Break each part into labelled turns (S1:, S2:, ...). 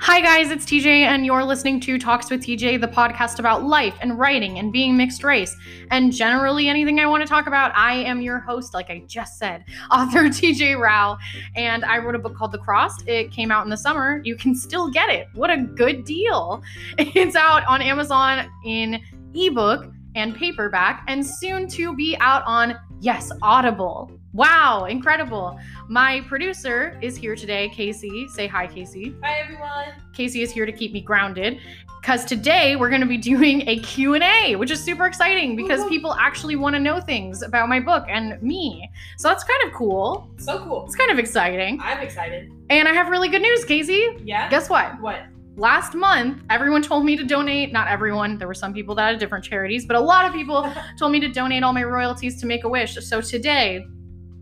S1: Hi, guys, it's TJ, and you're listening to Talks with TJ, the podcast about life and writing and being mixed race and generally anything I want to talk about. I am your host, like I just said, author TJ Rao, and I wrote a book called The Crossed. It came out in the summer. You can still get it. What a good deal! It's out on Amazon in ebook and paperback, and soon to be out on, yes, Audible. Wow, incredible. My producer is here today, Casey. Say hi, Casey.
S2: Hi everyone.
S1: Casey is here to keep me grounded because today we're going to be doing a Q&A, which is super exciting because
S2: Woohoo.
S1: people actually want to know things about my book and me. So that's kind of cool.
S2: So cool.
S1: It's kind of exciting.
S2: I'm excited.
S1: And I have really good news, Casey.
S2: Yeah.
S1: Guess what?
S2: what?
S1: Last month, everyone told me to donate, not everyone, there were some people that had different charities, but a lot of people told me to donate all my royalties to Make a Wish. So today,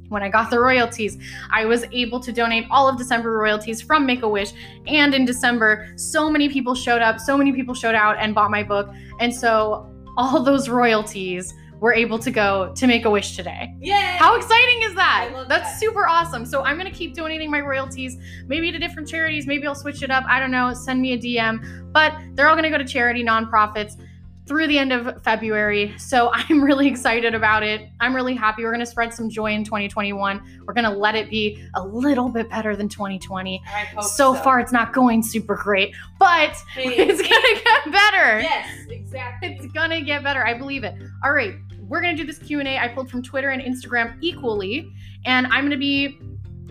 S1: when I got the royalties, I was able to donate all of December royalties from Make a Wish. And in December, so many people showed up, so many people showed out and bought my book. And so all those royalties were able to go to Make a Wish today.
S2: Yay!
S1: How exciting is that?
S2: I love
S1: That's
S2: that.
S1: super awesome. So I'm gonna keep donating my royalties, maybe to different charities. Maybe I'll switch it up. I don't know. Send me a DM. But they're all gonna go to charity nonprofits through the end of February. So I'm really excited about it. I'm really happy. We're gonna spread some joy in 2021. We're gonna let it be a little bit better than 2020.
S2: I hope
S1: So far, it's not going super great, but
S2: Please.
S1: it's gonna get better.
S2: yes, exactly.
S1: It's gonna get better. I believe it. All right, we're gonna do this Q and A. I pulled from Twitter and Instagram equally, and I'm gonna be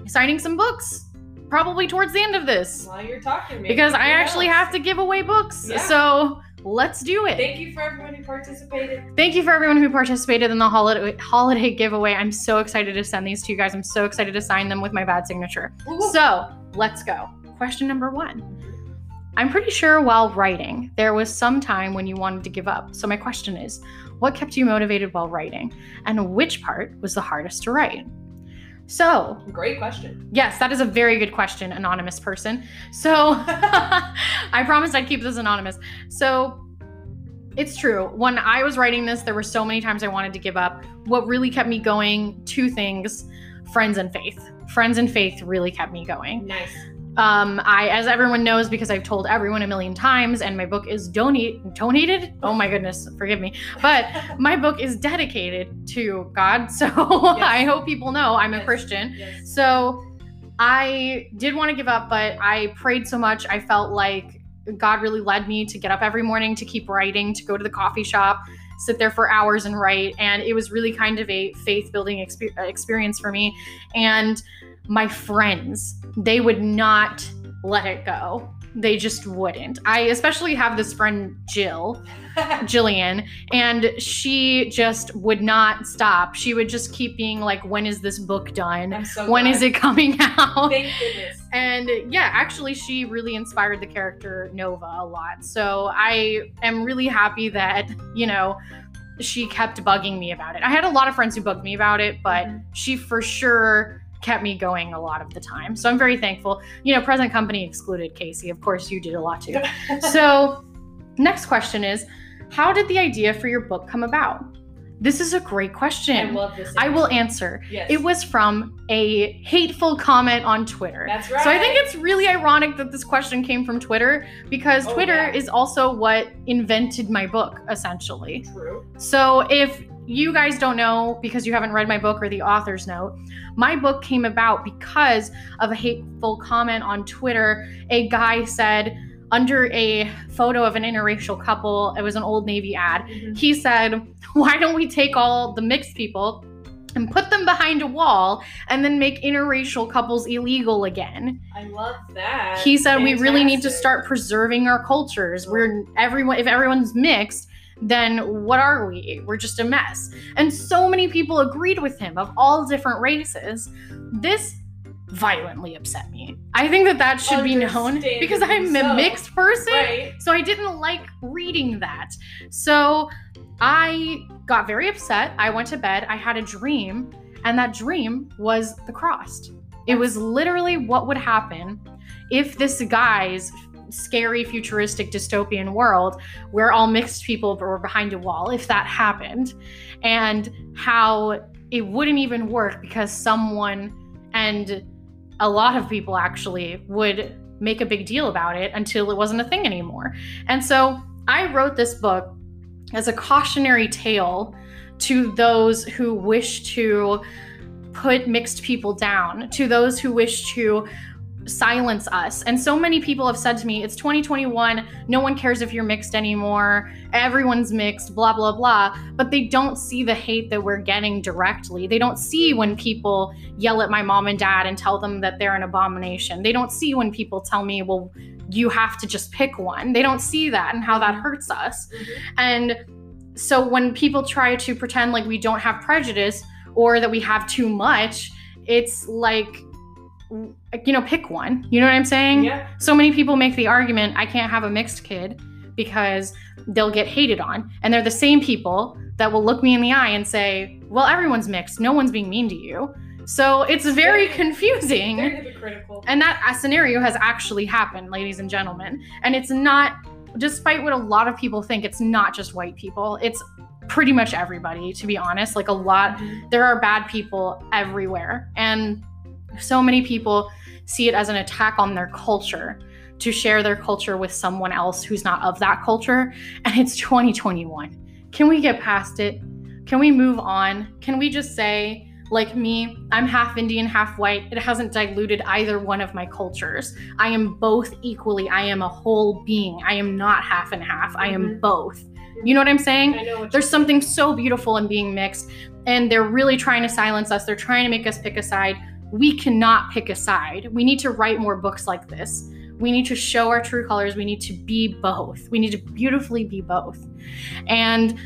S1: signing some books probably towards the end of this
S2: While you're talking, maybe
S1: because I
S2: someone
S1: actually
S2: else.
S1: have to give away books.
S2: Yeah.
S1: So let's do it.
S2: Thank you for everyone who participated.
S1: Thank you for everyone who participated in the holiday holiday giveaway. I'm so excited to send these to you guys. I'm so excited to sign them with my bad signature.
S2: Woo, woo.
S1: So let's go. Question number one. I'm pretty sure while writing, there was some time when you wanted to give up. So, my question is what kept you motivated while writing? And which part was the hardest to write? So,
S2: Great question.
S1: Yes, that is a very good question, anonymous person. So I promised I'd keep this anonymous. So it's true. When I was writing this, there were so many times I wanted to give up. What really kept me going, two things friends and faith. Friends and faith really kept me going.
S2: Nice.
S1: Um, I, as everyone knows, because I've told everyone a million times, and my book is donate donated. Oh my goodness, forgive me. But my book is dedicated to God, so I hope people know I'm a
S2: Yes.
S1: Christian.
S2: yes.
S1: So I did want to give up, but I prayed so much. I felt like God really led me to get up every morning, to keep writing, to go to the coffee shop, sit there for hours and write. And it was really kind of a faith building expe- experience for me. And my friends, they would not let it go. They just wouldn't. I especially have this friend, Jill, Jillian, and she just would not stop. She would just keep being like, When is this book done?
S2: I'm so
S1: When
S2: glad.
S1: is it coming out?
S2: Thank goodness.
S1: And yeah, actually, she really inspired the character Nova a lot. So I am really happy that, you know, she kept bugging me about it. I had a lot of friends who bugged me about it, but she for sure kept me going a lot of the time. So I'm very thankful. You know, present company excluded, Casey. Of course, you did a lot too. so, next question is How did the idea for your book come about? This is a great
S2: I
S1: question.
S2: love this.
S1: I will
S2: answer.
S1: answer.
S2: Yes.
S1: It was from a hateful comment on Twitter.
S2: That's right.
S1: So I think it's really ironic that this question came from Twitter because
S2: Oh,
S1: Twitter
S2: yeah.
S1: is also what invented my book, essentially.
S2: true.
S1: So if you guys don't know because you haven't read my book or the author's note, my book came about because of a hateful comment on Twitter. A guy said, under a photo of an interracial couple, it was an old Navy ad,
S2: Mhm.
S1: he said, Why don't we take all the mixed people and put them behind a wall and then make interracial couples illegal again?
S2: I love that.
S1: he said we really need to
S2: Fantastic.
S1: start preserving our cultures we're everyone if everyone's mixed then what are we we're just a mess and so many people agreed with him of all different races this violently upset me i think that that should be known because i'm a
S2: Understandably so.
S1: mixed person
S2: Right.
S1: so I didn't like reading that. So I got very upset. I went to bed. I had a dream, and that dream was the crossed. It was literally what would happen if this guy's scary futuristic dystopian world where all mixed people were behind a wall if that happened and how it wouldn't even work because someone and a lot of people actually would make a big deal about it until it wasn't a thing anymore. And so I wrote this book as a cautionary tale to those who wish to put mixed people down, to those who wish to silence us. And so many people have said to me, it's 2021, no one cares if you're mixed anymore, everyone's mixed, blah, blah, blah. But they don't see the hate that we're getting directly. They don't see when people yell at my mom and dad and tell them that they're an abomination. They don't see when people tell me, well, you have to just pick one. They don't see that and how that hurts us. And so when people try to pretend like we don't have prejudice or that we have too much, it's like, you know, pick one. You know what I'm saying?
S2: Yeah.
S1: So many people make the argument I can't have a mixed kid because they'll get hated on. And they're the same people that will look me in the eye and say, well, everyone's mixed. No one's being mean to you. So it's very
S2: They're-
S1: confusing.
S2: They're hypocritical.
S1: And that uh, scenario has actually happened, ladies and gentlemen. And it's not, despite what a lot of people think, it's not just white people. It's pretty much everybody, to be honest. Like a lot,
S2: Mm-hmm.
S1: there are bad people everywhere. And so many people see it as an attack on their culture to share their culture with someone else who's not of that culture. And it's 2021. Can we get past it? Can we move on? Can we just say, like me, I'm half Indian, half white. It hasn't diluted either one of my cultures. I am both equally. I am a whole being. I am not half and half. I am both. You know what I'm saying?
S2: I know what
S1: There's something so beautiful in being mixed, and they're really trying to silence us. They're trying to make us pick a side. We cannot pick a side. We need to write more books like this. We need to show our true colors. We need to be both. We need to beautifully be both. And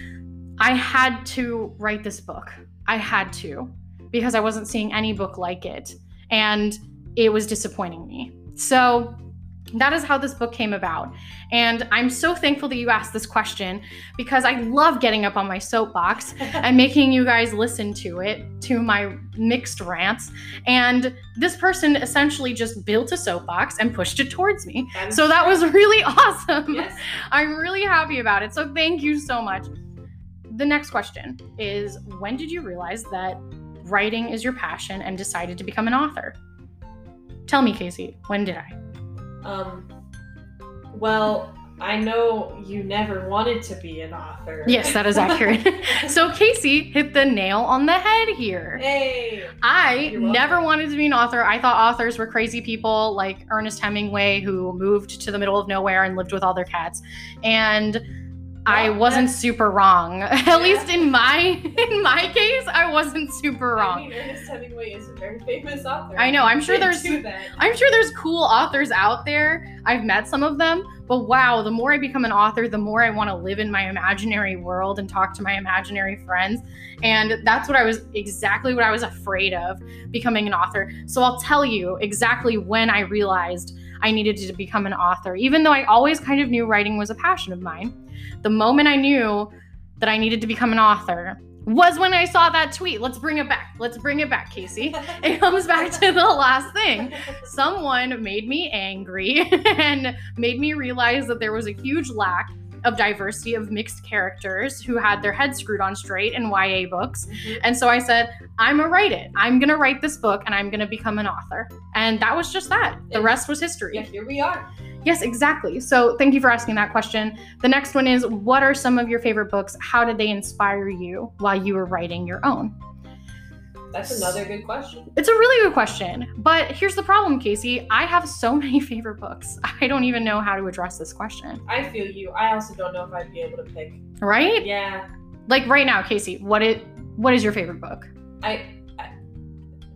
S1: I had to write this book. I had to because I wasn't seeing any book like it. And it was disappointing me. So that is how this book came about. And I'm so thankful that you asked this question because I love getting up on my soapbox and making you guys listen to it, to my mixed rants. And this person essentially just built a soapbox and pushed it towards me.
S2: I'm
S1: So that was really awesome.
S2: Yes.
S1: I'm really happy about it. So thank you so much. The next question is When did you realize that writing is your passion and decided to become an author? Tell me, Casey, when did I?
S2: Um, well, I know you never wanted to be an author.
S1: Yes, that is accurate. so Casey hit the nail on the head here.
S2: hey.
S1: I
S2: You're welcome.
S1: never wanted to be an author. I thought authors were crazy people like Ernest Hemingway who moved to the middle of nowhere and lived with all their cats. And I
S2: Well,
S1: wasn't
S2: that's-
S1: super wrong.
S2: Yeah.
S1: At least in my in my case, I wasn't super
S2: I
S1: wrong.
S2: mean, Ernest Hemingway is a very famous author.
S1: I know. I'm sure
S2: They
S1: there's
S2: do that.
S1: I'm sure there's cool authors out there. I've met some of them, but wow, the more I become an author, the more I want to live in my imaginary world and talk to my imaginary friends. And that's what I was exactly what I was afraid of becoming an author. So I'll tell you exactly when I realized I needed to become an author, even though I always kind of knew writing was a passion of mine. The moment I knew that I needed to become an author was when I saw that tweet. Let's bring it back. Let's bring it back, Casey. It comes back to the last thing someone made me angry and made me realize that there was a huge lack of diversity of mixed characters who had their heads screwed on straight in YA books.
S2: Mhm.
S1: And so I said, I'm gonna write it. I'm gonna write this book and I'm gonna become an author. And that was just that. The rest was history.
S2: Yeah, here we are.
S1: Yes, exactly. So thank you for asking that question. The next one is What are some of your favorite books? How did they inspire you while you were writing your own?
S2: That's another good question.
S1: It's a really good question. But here's the problem, Casey. I have so many favorite books. I don't even know how to address this question,
S2: I feel you. I also don't know if I'd be able to pick.
S1: right?
S2: Yeah.
S1: Like right now, Casey, what it what is your favorite book?
S2: I.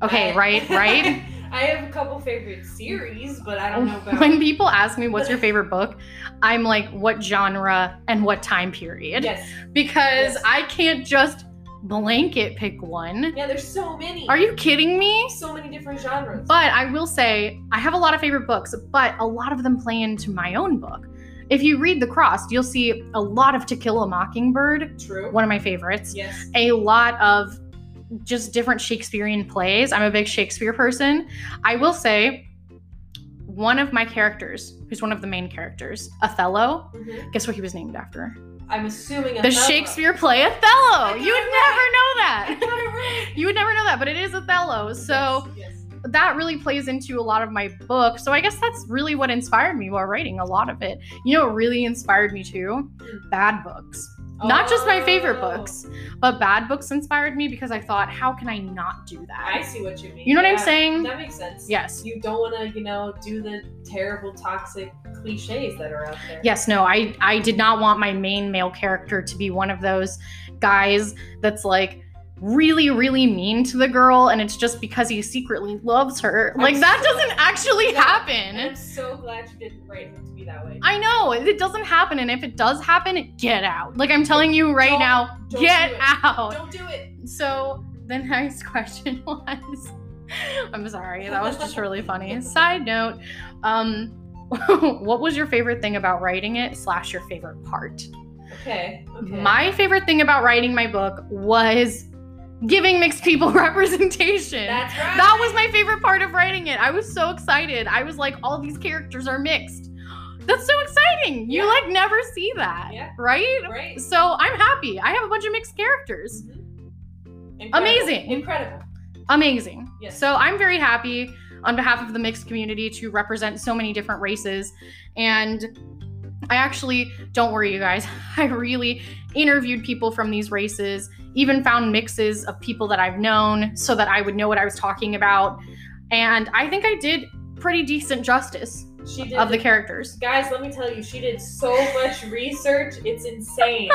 S1: Okay,
S2: I-
S1: right, right?
S2: I have a couple favorite series, but I don't know about.
S1: When people ask me what's your favorite book, I'm like what genre and what time period?
S2: yes.
S1: Because
S2: Yes.
S1: I can't just blanket pick one.
S2: Yeah, there's so many.
S1: Are you kidding me?
S2: So many different genres.
S1: But I will say, I have a lot of favorite books, but a lot of them play into my own book. If you read The Crossed, you'll see a lot of To Kill a Mockingbird,
S2: True.
S1: one of my favorites,
S2: Yes.
S1: a lot of just different Shakespearean plays. I'm a big Shakespeare person. I will say, one of my characters, who's one of the main characters, Othello,
S2: Mhm.
S1: guess what he was named after?
S2: I'm assuming
S1: The
S2: Othello.
S1: Shakespeare play Othello.
S2: got
S1: You would
S2: it
S1: never
S2: right.
S1: know
S2: I
S1: that.
S2: got it right.
S1: You would never know that, but it is Othello. So
S2: Yes, yes.
S1: that really plays into a lot of my book. So I guess that's really what inspired me while writing a lot of it. You know what really inspired me too? Bad books. Not just my favorite
S2: Oh,
S1: books, but bad books inspired me because I thought, how can I not do
S2: I
S1: that?
S2: see what you mean.
S1: You know what I'm
S2: Yeah,
S1: saying?
S2: That makes sense.
S1: Yes.
S2: You don't want to, you know, do the terrible, toxic cliches that are out there.
S1: Yes, no, I, I did not want my main male character to be one of those guys that's like really, really mean to the girl and it's just because he secretly loves her.
S2: I'm
S1: Like, that
S2: so-
S1: doesn't actually
S2: Yeah. And
S1: happen.
S2: I'm so glad you didn't write him to be that way.
S1: I know it doesn't happen, and if it does happen, get out. Like I'm telling you right
S2: Don't-
S1: now,
S2: don't
S1: get
S2: do it.
S1: out.
S2: Don't do it.
S1: So the next question was I'm sorry, that was just really funny. Side note, um what was your favorite thing about writing it slash your favorite part?
S2: Okay. Okay.
S1: My favorite thing about writing my book was giving mixed people representation.
S2: That's right.
S1: that was my favorite part of writing it. I was so excited. I was like, all these characters are mixed. That's so exciting. You
S2: Yeah.
S1: like never see that,
S2: Yeah.
S1: right?
S2: Right.
S1: So I'm happy. I have a bunch of mixed characters.
S2: Mm-hmm. Incredible.
S1: Amazing.
S2: Incredible.
S1: amazing.
S2: Yes.
S1: So I'm very happy on behalf of the mixed community to represent so many different races. And I actually, don't worry, you guys, I really interviewed people from these races, even found mixes of people that I've known so that I would know what I was talking about. And I think I did pretty decent justice
S2: She did
S1: of the characters.
S2: Guys, let me tell you, she did so much research. It's insane.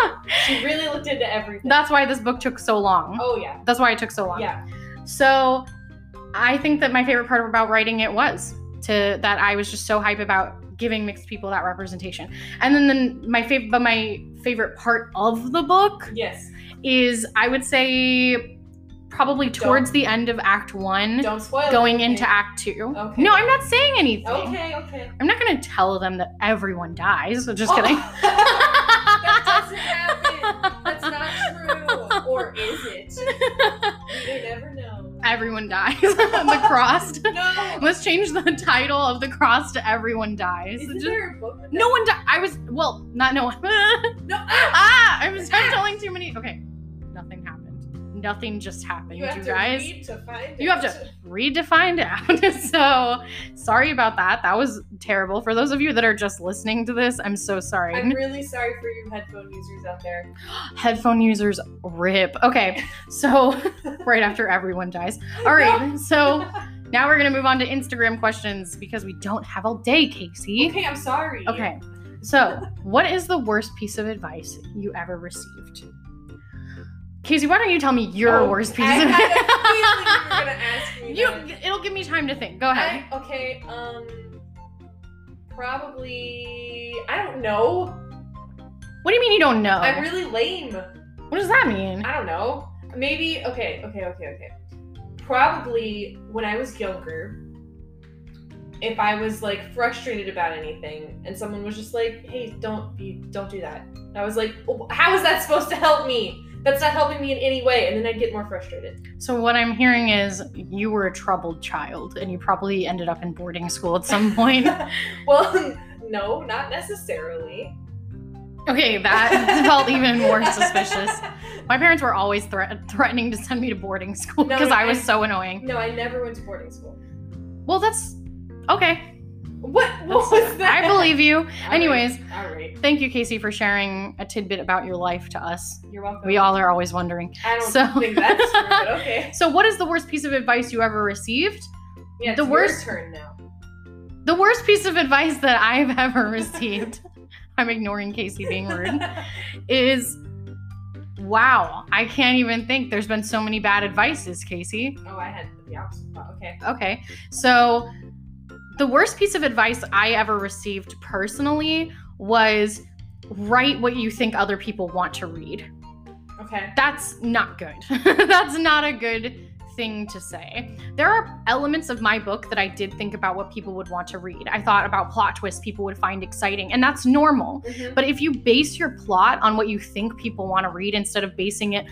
S2: she really looked into everything.
S1: That's why this book took so long.
S2: oh yeah,
S1: That's why it took so long.
S2: yeah.
S1: So I think that my favorite part about writing it was to that I was just so hype about giving mixed people that representation. And then the, my favorite but my favorite part of the book
S2: Yes.
S1: is I would say probably towards the end of act 1
S2: Don't spoil.
S1: going
S2: anything.
S1: into act 2.
S2: Okay.
S1: No, I'm not saying anything.
S2: Okay. Okay.
S1: I'm not going to tell them that everyone dies. So just
S2: Oh.
S1: kidding.
S2: that doesn't happen. That's not true. Or is it? We never know.
S1: everyone dies. the crossed.
S2: No.
S1: Let's change the title of the cross to everyone dies.
S2: Isn't
S1: Just-
S2: there a book? with
S1: No one died. I was well, not no one.
S2: No.
S1: ah, I'm, I'm telling too many. Okay, nothing happened. Nothing just
S2: that?
S1: happened,
S2: You
S1: you,
S2: have to
S1: guys.
S2: read to find
S1: You
S2: it.
S1: have to read to find out. so sorry about that. That was terrible. For those of you that are just listening to this, I'm so sorry.
S2: I'm really sorry for you headphone users out there.
S1: Headphone users rip. Okay, so right after everyone dies. All right, so now we're gonna move on to Instagram questions because we don't have all day, Casey.
S2: Okay, I'm sorry.
S1: Okay. So, what is the worst piece of advice you ever received? Casey, why don't you tell me your
S2: Oh,
S1: worst piece
S2: I
S1: of
S2: had a
S1: advice?
S2: feeling you
S1: you,
S2: were gonna ask me. that.
S1: it'll give me time to think. Go ahead.
S2: I, okay. Um. Probably. I don't know.
S1: what do you mean you don't know?
S2: I'm really lame.
S1: what does that mean?
S2: I don't know. Maybe okay, okay, okay, okay. Probably when I was younger, if I was like frustrated about anything and someone was just like, "Hey, don't be don't do that." And I was like, "Oh, "How is that supposed to help me? That's not helping me in any way." And then I'd get more frustrated.
S1: So, what I'm hearing is you were a troubled child and you probably ended up in boarding school at some point.
S2: well, no, not necessarily.
S1: okay, that felt even more suspicious. My parents were always thre- threatening to send me to boarding school
S2: No,
S1: because I was
S2: I-
S1: so annoying.
S2: No, I never went to boarding school.
S1: Well, that's okay.
S2: What? What was that?
S1: I believe you.
S2: All right,
S1: Anyways,
S2: all right.
S1: Thank you, Casey, for sharing a tidbit about your life to us.
S2: You're welcome.
S1: We all are always wondering.
S2: I don't
S1: so-
S2: think that's true, but okay.
S1: So, what is the worst piece of advice you ever received?
S2: Yeah, it's
S1: The
S2: your
S1: worst-
S2: turn now.
S1: The worst piece of advice that I've ever received, I'm ignoring Casey being rude, is wow, I can't even think. There's been so many bad advices, Casey.
S2: oh, I had the opposite thought. Okay.
S1: Okay. So, the worst piece of advice I ever received personally was write what you think other people want to read.
S2: Okay.
S1: that's not good. that's not a good thing to say. There are elements of my book that I did think about what people would want to read. I thought about plot twists people would find exciting, and that's normal. But if you base your plot on what you think people want to read instead of basing it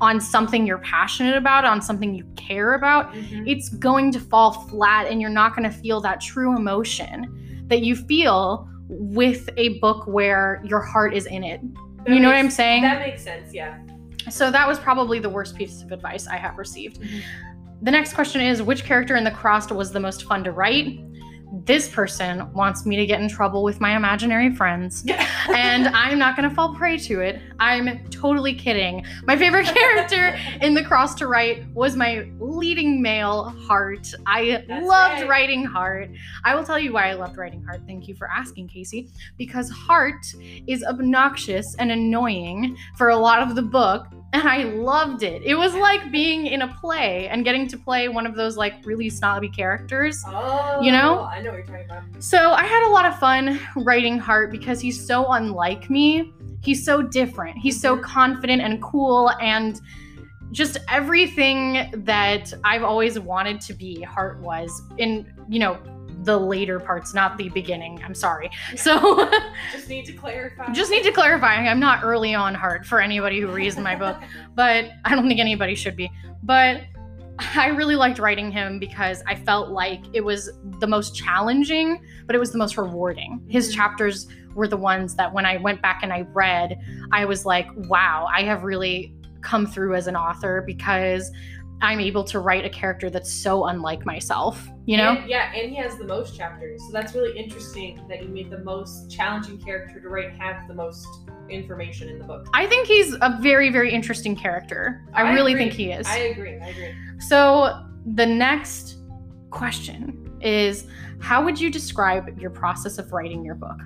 S1: on something you're passionate about, on something you care about,
S2: Mm-hmm.
S1: it's going to fall flat and you're not going to feel that true emotion that you feel with a book where your heart is in it. you know what I'm
S2: makes-
S1: saying?
S2: That makes sense. Yeah.
S1: So that was probably the worst piece of advice I have received.
S2: Mhm.
S1: The next question is which character in The Crossed was the most fun to write? This person wants me to get in trouble with my imaginary friends, and I'm not gonna fall prey to it. I'm totally kidding. My favorite character in The Cross to Write was my leading male, Hart. I
S2: That's
S1: loved
S2: right.
S1: writing Hart. I will tell you why I loved writing Hart. Thank you for asking, Casey. Because Hart is obnoxious and annoying for a lot of the book, and I loved it. It was like being in a play and getting to play one of those like really snobby characters.
S2: Oh.
S1: You know?
S2: I know what you're talking about.
S1: So I had a lot of fun writing Hart because he's so unlike me. He's so different. He's so
S2: Mhm.
S1: confident and cool and just everything that I've always wanted to be, Hart was in, you know, the later parts, not the beginning. I'm sorry. So
S2: Just need to clarify.
S1: just need to clarify I'm not early on Hart for anybody who reads my book but I don't think anybody should be. But I really liked writing him because I felt like it was the most challenging, but it was the most rewarding. His
S2: Mhm.
S1: chapters were the ones that when I went back and I read, I was like, wow, I have really come through as an author because I'm able to write a character that's so unlike myself, you know?
S2: And- yeah, and he has the most chapters, so that's really interesting that you made the most challenging character to write have the most information in the book.
S1: I think he's a very, very interesting character. I,
S2: I
S1: really
S2: agree.
S1: think he is.
S2: I agree. I agree.
S1: So the next question is how would you describe your process of writing your book?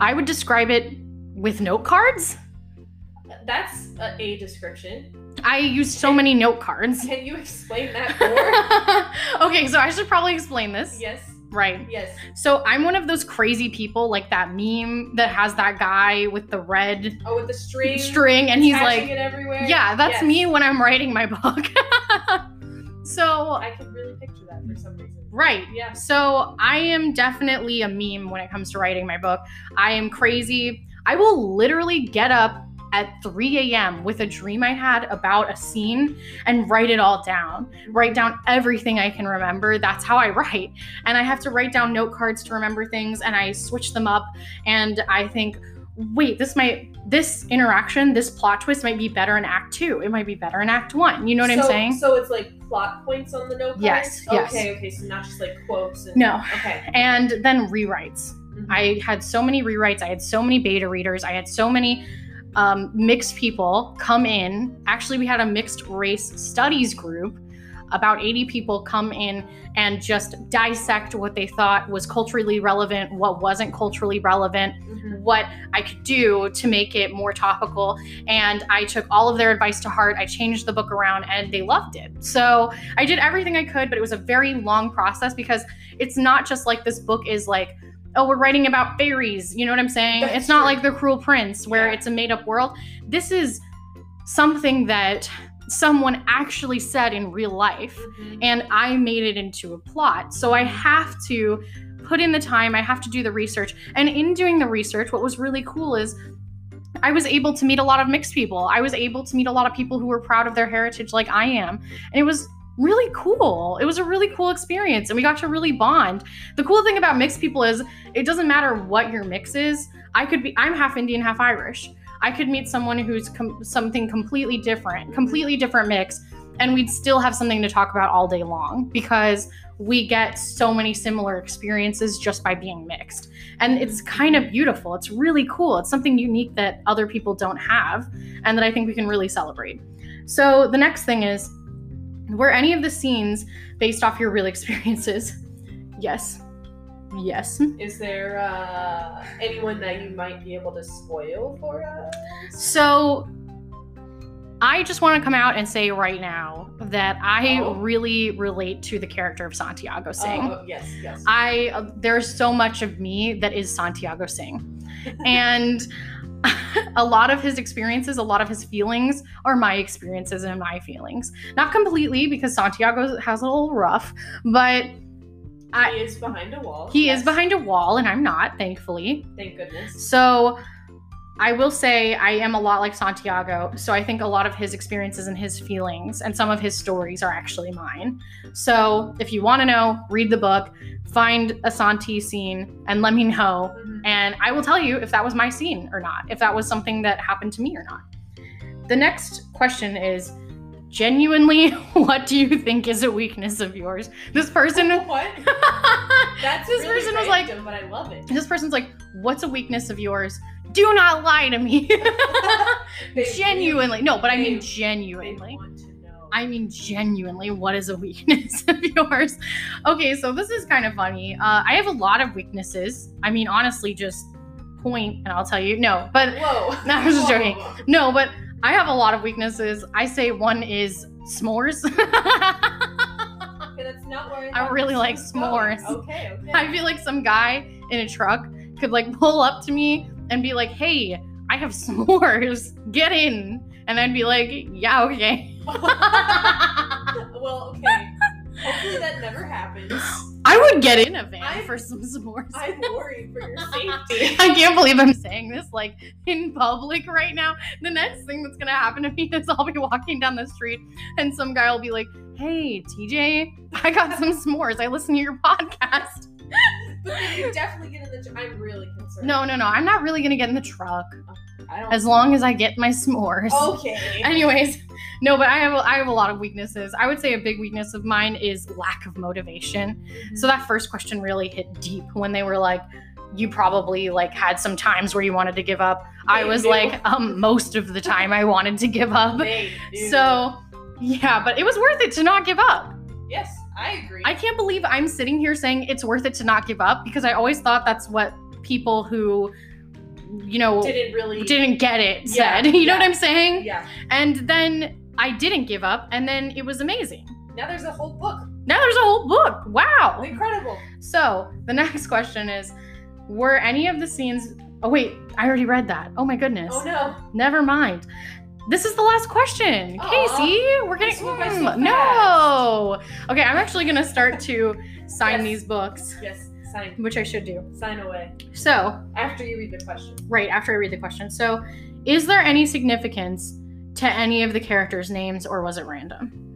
S1: I would describe it with note cards.
S2: That's a, a description.
S1: I use so many note cards.
S2: Can you explain that more?
S1: okay, so I should probably explain this.
S2: yes.
S1: Right.
S2: Yes.
S1: So I'm one of those crazy people like that meme that has that guy with the red
S2: Oh, with the string.
S1: string and he's
S2: attaching
S1: like
S2: it everywhere.
S1: yeah, that's
S2: Yes.
S1: me when I'm writing my book. so
S2: I can really picture that for some reason.
S1: right,
S2: Yeah.
S1: So I am definitely a meme when it comes to writing my book. I am crazy. I will literally get up at 3 a.m. with a dream I had about a scene and write it all down. Write down everything I can remember. That's how I write. And I have to write down note cards to remember things and I switch them up and I think, wait, this might this interaction, this plot twist might be better in act two. It might be better in act one. You know what
S2: so,
S1: I'm saying?
S2: So it's like plot points on the note cards?
S1: Yes, yes.
S2: Okay, okay, so not just like quotes and
S1: No.
S2: Okay.
S1: And then rewrites.
S2: Mhm.
S1: I had so many rewrites. I had so many beta readers. I had so many um, mixed people come in. Actually, we had a mixed race studies group. About 80 people come in and just dissect what they thought was culturally relevant, what wasn't culturally relevant,
S2: Mhm.
S1: what I could do to make it more topical. And I took all of their advice to heart. I changed the book around and they loved it. So I did everything I could, but it was a very long process because it's not just like this book is like, oh, we're writing about fairies. You know what I'm saying?
S2: That's
S1: it's not
S2: true.
S1: like The Cruel Prince where
S2: Yeah.
S1: it's a made up world. This is something that someone actually said in real life
S2: Mhm.
S1: and I made it into a plot. So I have to put in the time, I have to do the research. And in doing the research, what was really cool is I was able to meet a lot of mixed people. I was able to meet a lot of people who were proud of their heritage like I am. And it was really cool. It was a really cool experience and we got to really bond. The cool thing about mixed people is it doesn't matter what your mix is. I could be I'm half Indian, half Irish. I could meet someone who's com- something completely different, completely different mix, and we'd still have something to talk about all day long because we get so many similar experiences just by being mixed. And it's kind of beautiful. It's really cool. It's something unique that other people don't have and that I think we can really celebrate. So the next thing is were any of the scenes based off your real experiences? Yes. Yes.
S2: Is there uh, anyone that you might be able to spoil for us?
S1: So I just want to come out and say right now that I
S2: Oh.
S1: really relate to the character of Santiago Singh.
S2: Oh, oh, yes, yes.
S1: I uh, there's so much of me that is Santiago Singh. And a lot of his experiences, a lot of his feelings are my experiences and my feelings. Not completely because Santiago has a little rough, but I-
S2: he is behind a wall.
S1: he
S2: yes,
S1: is behind a wall and I'm not, thankfully.
S2: Thank goodness.
S1: So I will say I am a lot like Santiago, so I think a lot of his experiences and his feelings and some of his stories are actually mine. So if you want to know, read the book, find a Santi scene, and let me know.
S2: Mhm.
S1: And I will tell you if that was my scene or not, if that was something that happened to me or not. The next question is genuinely, what do you think is a weakness of yours? This person.
S2: what? That's
S1: This
S2: really
S1: person was like-
S2: random, but I love it.
S1: this person's like, what's a weakness of yours? Do not lie to me.
S2: They really-
S1: genuinely. No, but I mean
S2: they- they
S1: genuinely.
S2: want to know.
S1: I mean genuinely, what is a weakness of yours? Okay, so this is kind of funny. Uh, I have a lot of weaknesses. I mean, honestly, just point and I'll tell you. No, but
S2: Whoa.
S1: No, I was just
S2: Whoa.
S1: joking. no, but I have a lot of weaknesses. I say one is s'mores.
S2: Okay, that's not where I,
S1: I
S2: thought
S1: really
S2: this
S1: like
S2: was going.
S1: s'mores.
S2: Okay, okay.
S1: I feel like some guy in a truck could like pull up to me and be like, "Hey, I have s'mores. Get in." And I'd be like, "Yeah, okay."
S2: well, okay. Hopefully that never happens.
S1: I would get in a van
S2: I'm-
S1: for some s'mores. I,
S2: I'm worried for your safety.
S1: can't believe I'm saying this like in public right now. The next thing that's gonna happen to me is I'll be walking down the street and some guy will be like, "Hey, TJ, I got some s'mores. I listen to your podcast."
S2: But then you definitely get in the. tr- I'm really concerned.
S1: No, no, no. I'm not really gonna get in the truck
S2: I don't.
S1: as long as I get my s'mores.
S2: okay.
S1: Anyways, no, but I have a, I have a lot of weaknesses. I would say a big weakness of mine is lack of motivation.
S2: Mm-hmm.
S1: So that first question really hit deep when they were like, you probably like had some times where you wanted to give up. I
S2: They
S1: was
S2: do.
S1: like, um, most of the time I wanted to give up.
S2: They do.
S1: So yeah, but it was worth it to not give up.
S2: yes, I agree.
S1: I can't believe I'm sitting here saying it's worth it to not give up because I always thought that's what people who, you know, didn't,
S2: didn't really
S1: get it
S2: Yeah,
S1: said. You know
S2: yeah,
S1: what I'm saying?
S2: Yeah.
S1: And then I didn't give up, and then it was amazing.
S2: Now there's a whole book.
S1: Now there's a whole book. Wow.
S2: Incredible.
S1: So the next question is Were any of the scenes. Oh, wait, I already read that. Oh my goodness.
S2: Oh no.
S1: Never mind. This is the last question.
S2: Aw,
S1: Casey, we're gonna.
S2: this went by so
S1: Mm,
S2: fast.
S1: no! Okay, I'm actually gonna start to sign
S2: Yes.
S1: these books,
S2: Yes. Sign.
S1: which I should do.
S2: Sign away.
S1: So,
S2: After you read the question.
S1: right after I read the question. So, is there any significance to any of the characters' names or was it random?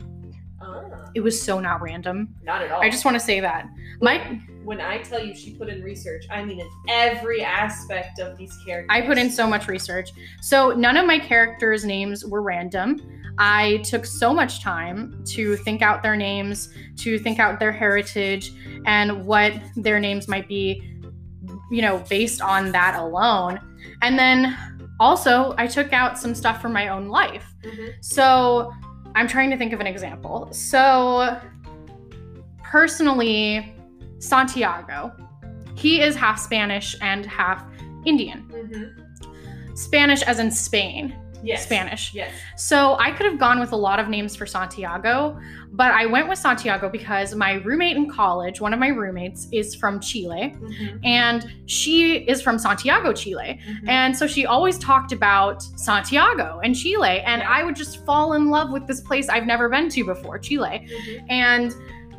S2: Ah.
S1: It was so not random.
S2: Not at all.
S1: I just wanna say that. Mike,
S2: When I tell you she put in research, I mean in every aspect of these characters.
S1: I put in so much research. So none of my characters' names were random. I took so much time to think out their names, to think out their heritage and what their names might be, you know, based on that alone. And then also, I took out some stuff from my own life.
S2: Mhm.
S1: So I'm trying to think of an example. So personally, Santiago, he is half Spanish and half Indian.
S2: Mhm.
S1: Spanish as in Spain,
S2: Yes.
S1: Spanish.
S2: Yes.
S1: So I could have gone with a lot of names for Santiago, but I went with Santiago because my roommate in college, one of my roommates, is from Chile
S2: Mhm.
S1: and she is from Santiago, Chile.
S2: Mhm.
S1: And so she always talked about Santiago and Chile. And
S2: Yeah.
S1: I would just fall in love with this place I've never been to before, Chile.
S2: Mhm.
S1: And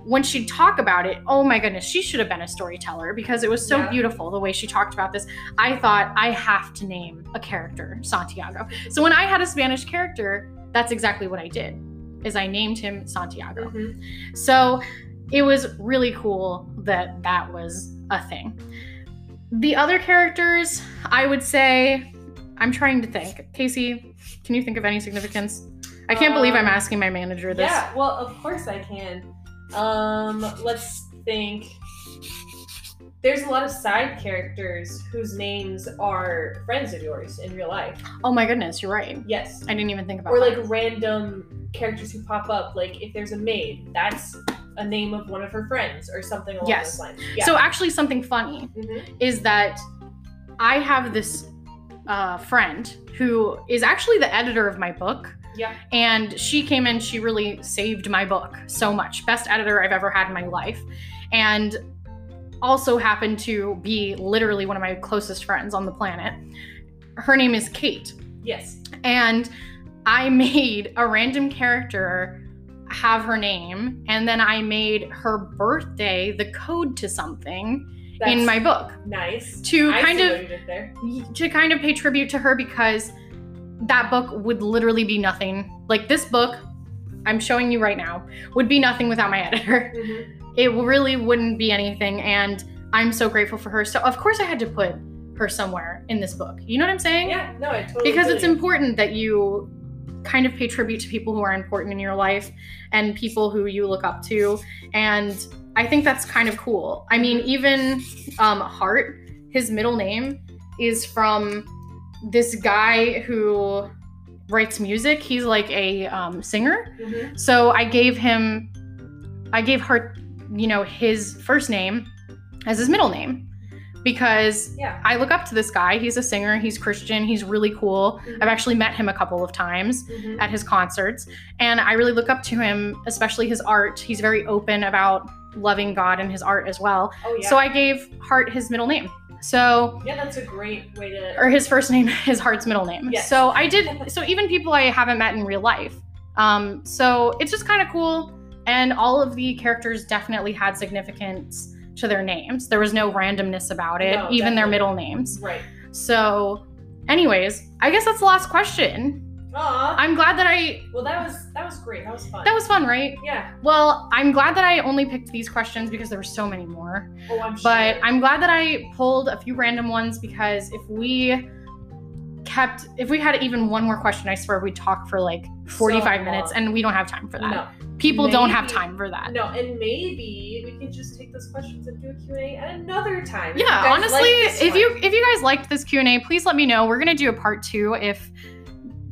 S1: when she'd talk about it, oh my goodness, she should have been a storyteller because it was so
S2: Yeah.
S1: beautiful the way she talked about this. I thought, I have to name a character Santiago. So when I had a Spanish character, that's exactly what I did. Is I named him Santiago.
S2: Mhm.
S1: So it was really cool that that was a thing. The other characters, I would say, I'm trying to think. Casey, can you think of any significance? I can't believe I'm
S2: Um,
S1: asking my manager this.
S2: Yeah, well, of course I can. Um, let's think. There's a lot of side characters whose names are friends of yours in real life.
S1: Oh my goodness, you're right.
S2: Yes.
S1: I didn't even think about
S2: Or
S1: that.
S2: like random characters who pop up. Like if there's a maid, that's a name of one of her friends or something along
S1: Yes.
S2: those lines. Yeah.
S1: So actually something funny
S2: Mhm.
S1: is that I have this uh, friend who is actually the editor of my book.
S2: Yeah.
S1: And she came in, she really saved my book so much. Best editor I've ever had in my life. And also happened to be literally one of my closest friends on the planet. Her name is Kate.
S2: Yes.
S1: And I made a random character have her name. And then I made her birthday the code to something.
S2: That's
S1: in my book
S2: nice.
S1: to
S2: I
S1: kind
S2: see
S1: of
S2: what you did there.
S1: to kind of pay tribute to her because that book would literally be nothing. Like this book I'm showing you right now would be nothing without my editor.
S2: Mhm.
S1: It really wouldn't be anything and I'm so grateful for her. So of course I had to put her somewhere in this book. You know what I'm saying?
S2: Yeah, no, I totally.
S1: Because
S2: feel
S1: it's
S2: you.
S1: important that you kind of pay tribute to people who are important in your life and people who you look up to and I think that's kind of cool. I mean, even um, Hart, his middle name is from this guy who writes music. He's like a um, singer.
S2: Mhm.
S1: So I gave him, I gave Hart, you know, his first name as his middle name because
S2: Yeah.
S1: I look up to this guy. He's a singer, he's Christian, he's really cool.
S2: Mm-hmm.
S1: I've actually met him a couple of times
S2: Mhm.
S1: at his concerts. And I really look up to him, especially his art. He's very open about loving God and his art as well.
S2: Oh yeah.
S1: So I gave Hart his middle name. So,
S2: yeah, that's a great way to.
S1: or his first name is Hart's middle name.
S2: Yes.
S1: So I did, so even people I haven't met in real life. Um, so it's just kind of cool. And all of the characters definitely had significance to their names. There was no randomness about it,
S2: No,
S1: even their
S2: definitely.
S1: middle names.
S2: right.
S1: So, anyways, I guess that's the last question.
S2: Aw.
S1: I'm glad that I,
S2: well, that was that was great. That was fun.
S1: that was fun, right?
S2: yeah.
S1: Well, I'm glad that I only picked these questions because there were so many more.
S2: Oh, I'm sure.
S1: But I'm glad that I pulled a few random ones because if we kept, if we had even one more question, I swear we'd talk for like 45
S2: So
S1: minutes
S2: long.
S1: and we don't have time for that.
S2: no,
S1: People don't have
S2: Maybe-
S1: time for that.
S2: no, and maybe we could just take those questions and do a Q and A at another time. If you
S1: Yeah,
S2: guys
S1: honestly,
S2: like this
S1: if
S2: one.
S1: you if you guys liked this Q&A, please let me know. We're going to do a part 2 if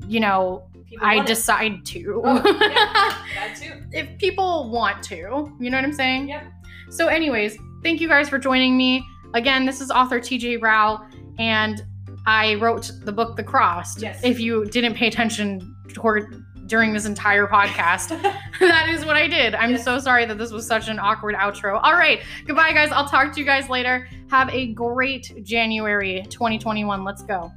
S1: you know,
S2: People
S1: I
S2: want it.
S1: decide to.
S2: Oh, yeah. that too.
S1: if people want to. You know what I'm saying?
S2: Yeah.
S1: So, anyways, thank you guys for joining me. Again, this is author TJ Rao, and I wrote the book The Crossed.
S2: Yes.
S1: If you didn't pay attention toward during this entire podcast, that is what I did. I'm
S2: Yes.
S1: so sorry that this was such an awkward outro. All right. Goodbye, guys. I'll talk to you guys later. Have a great January 2021. Let's go.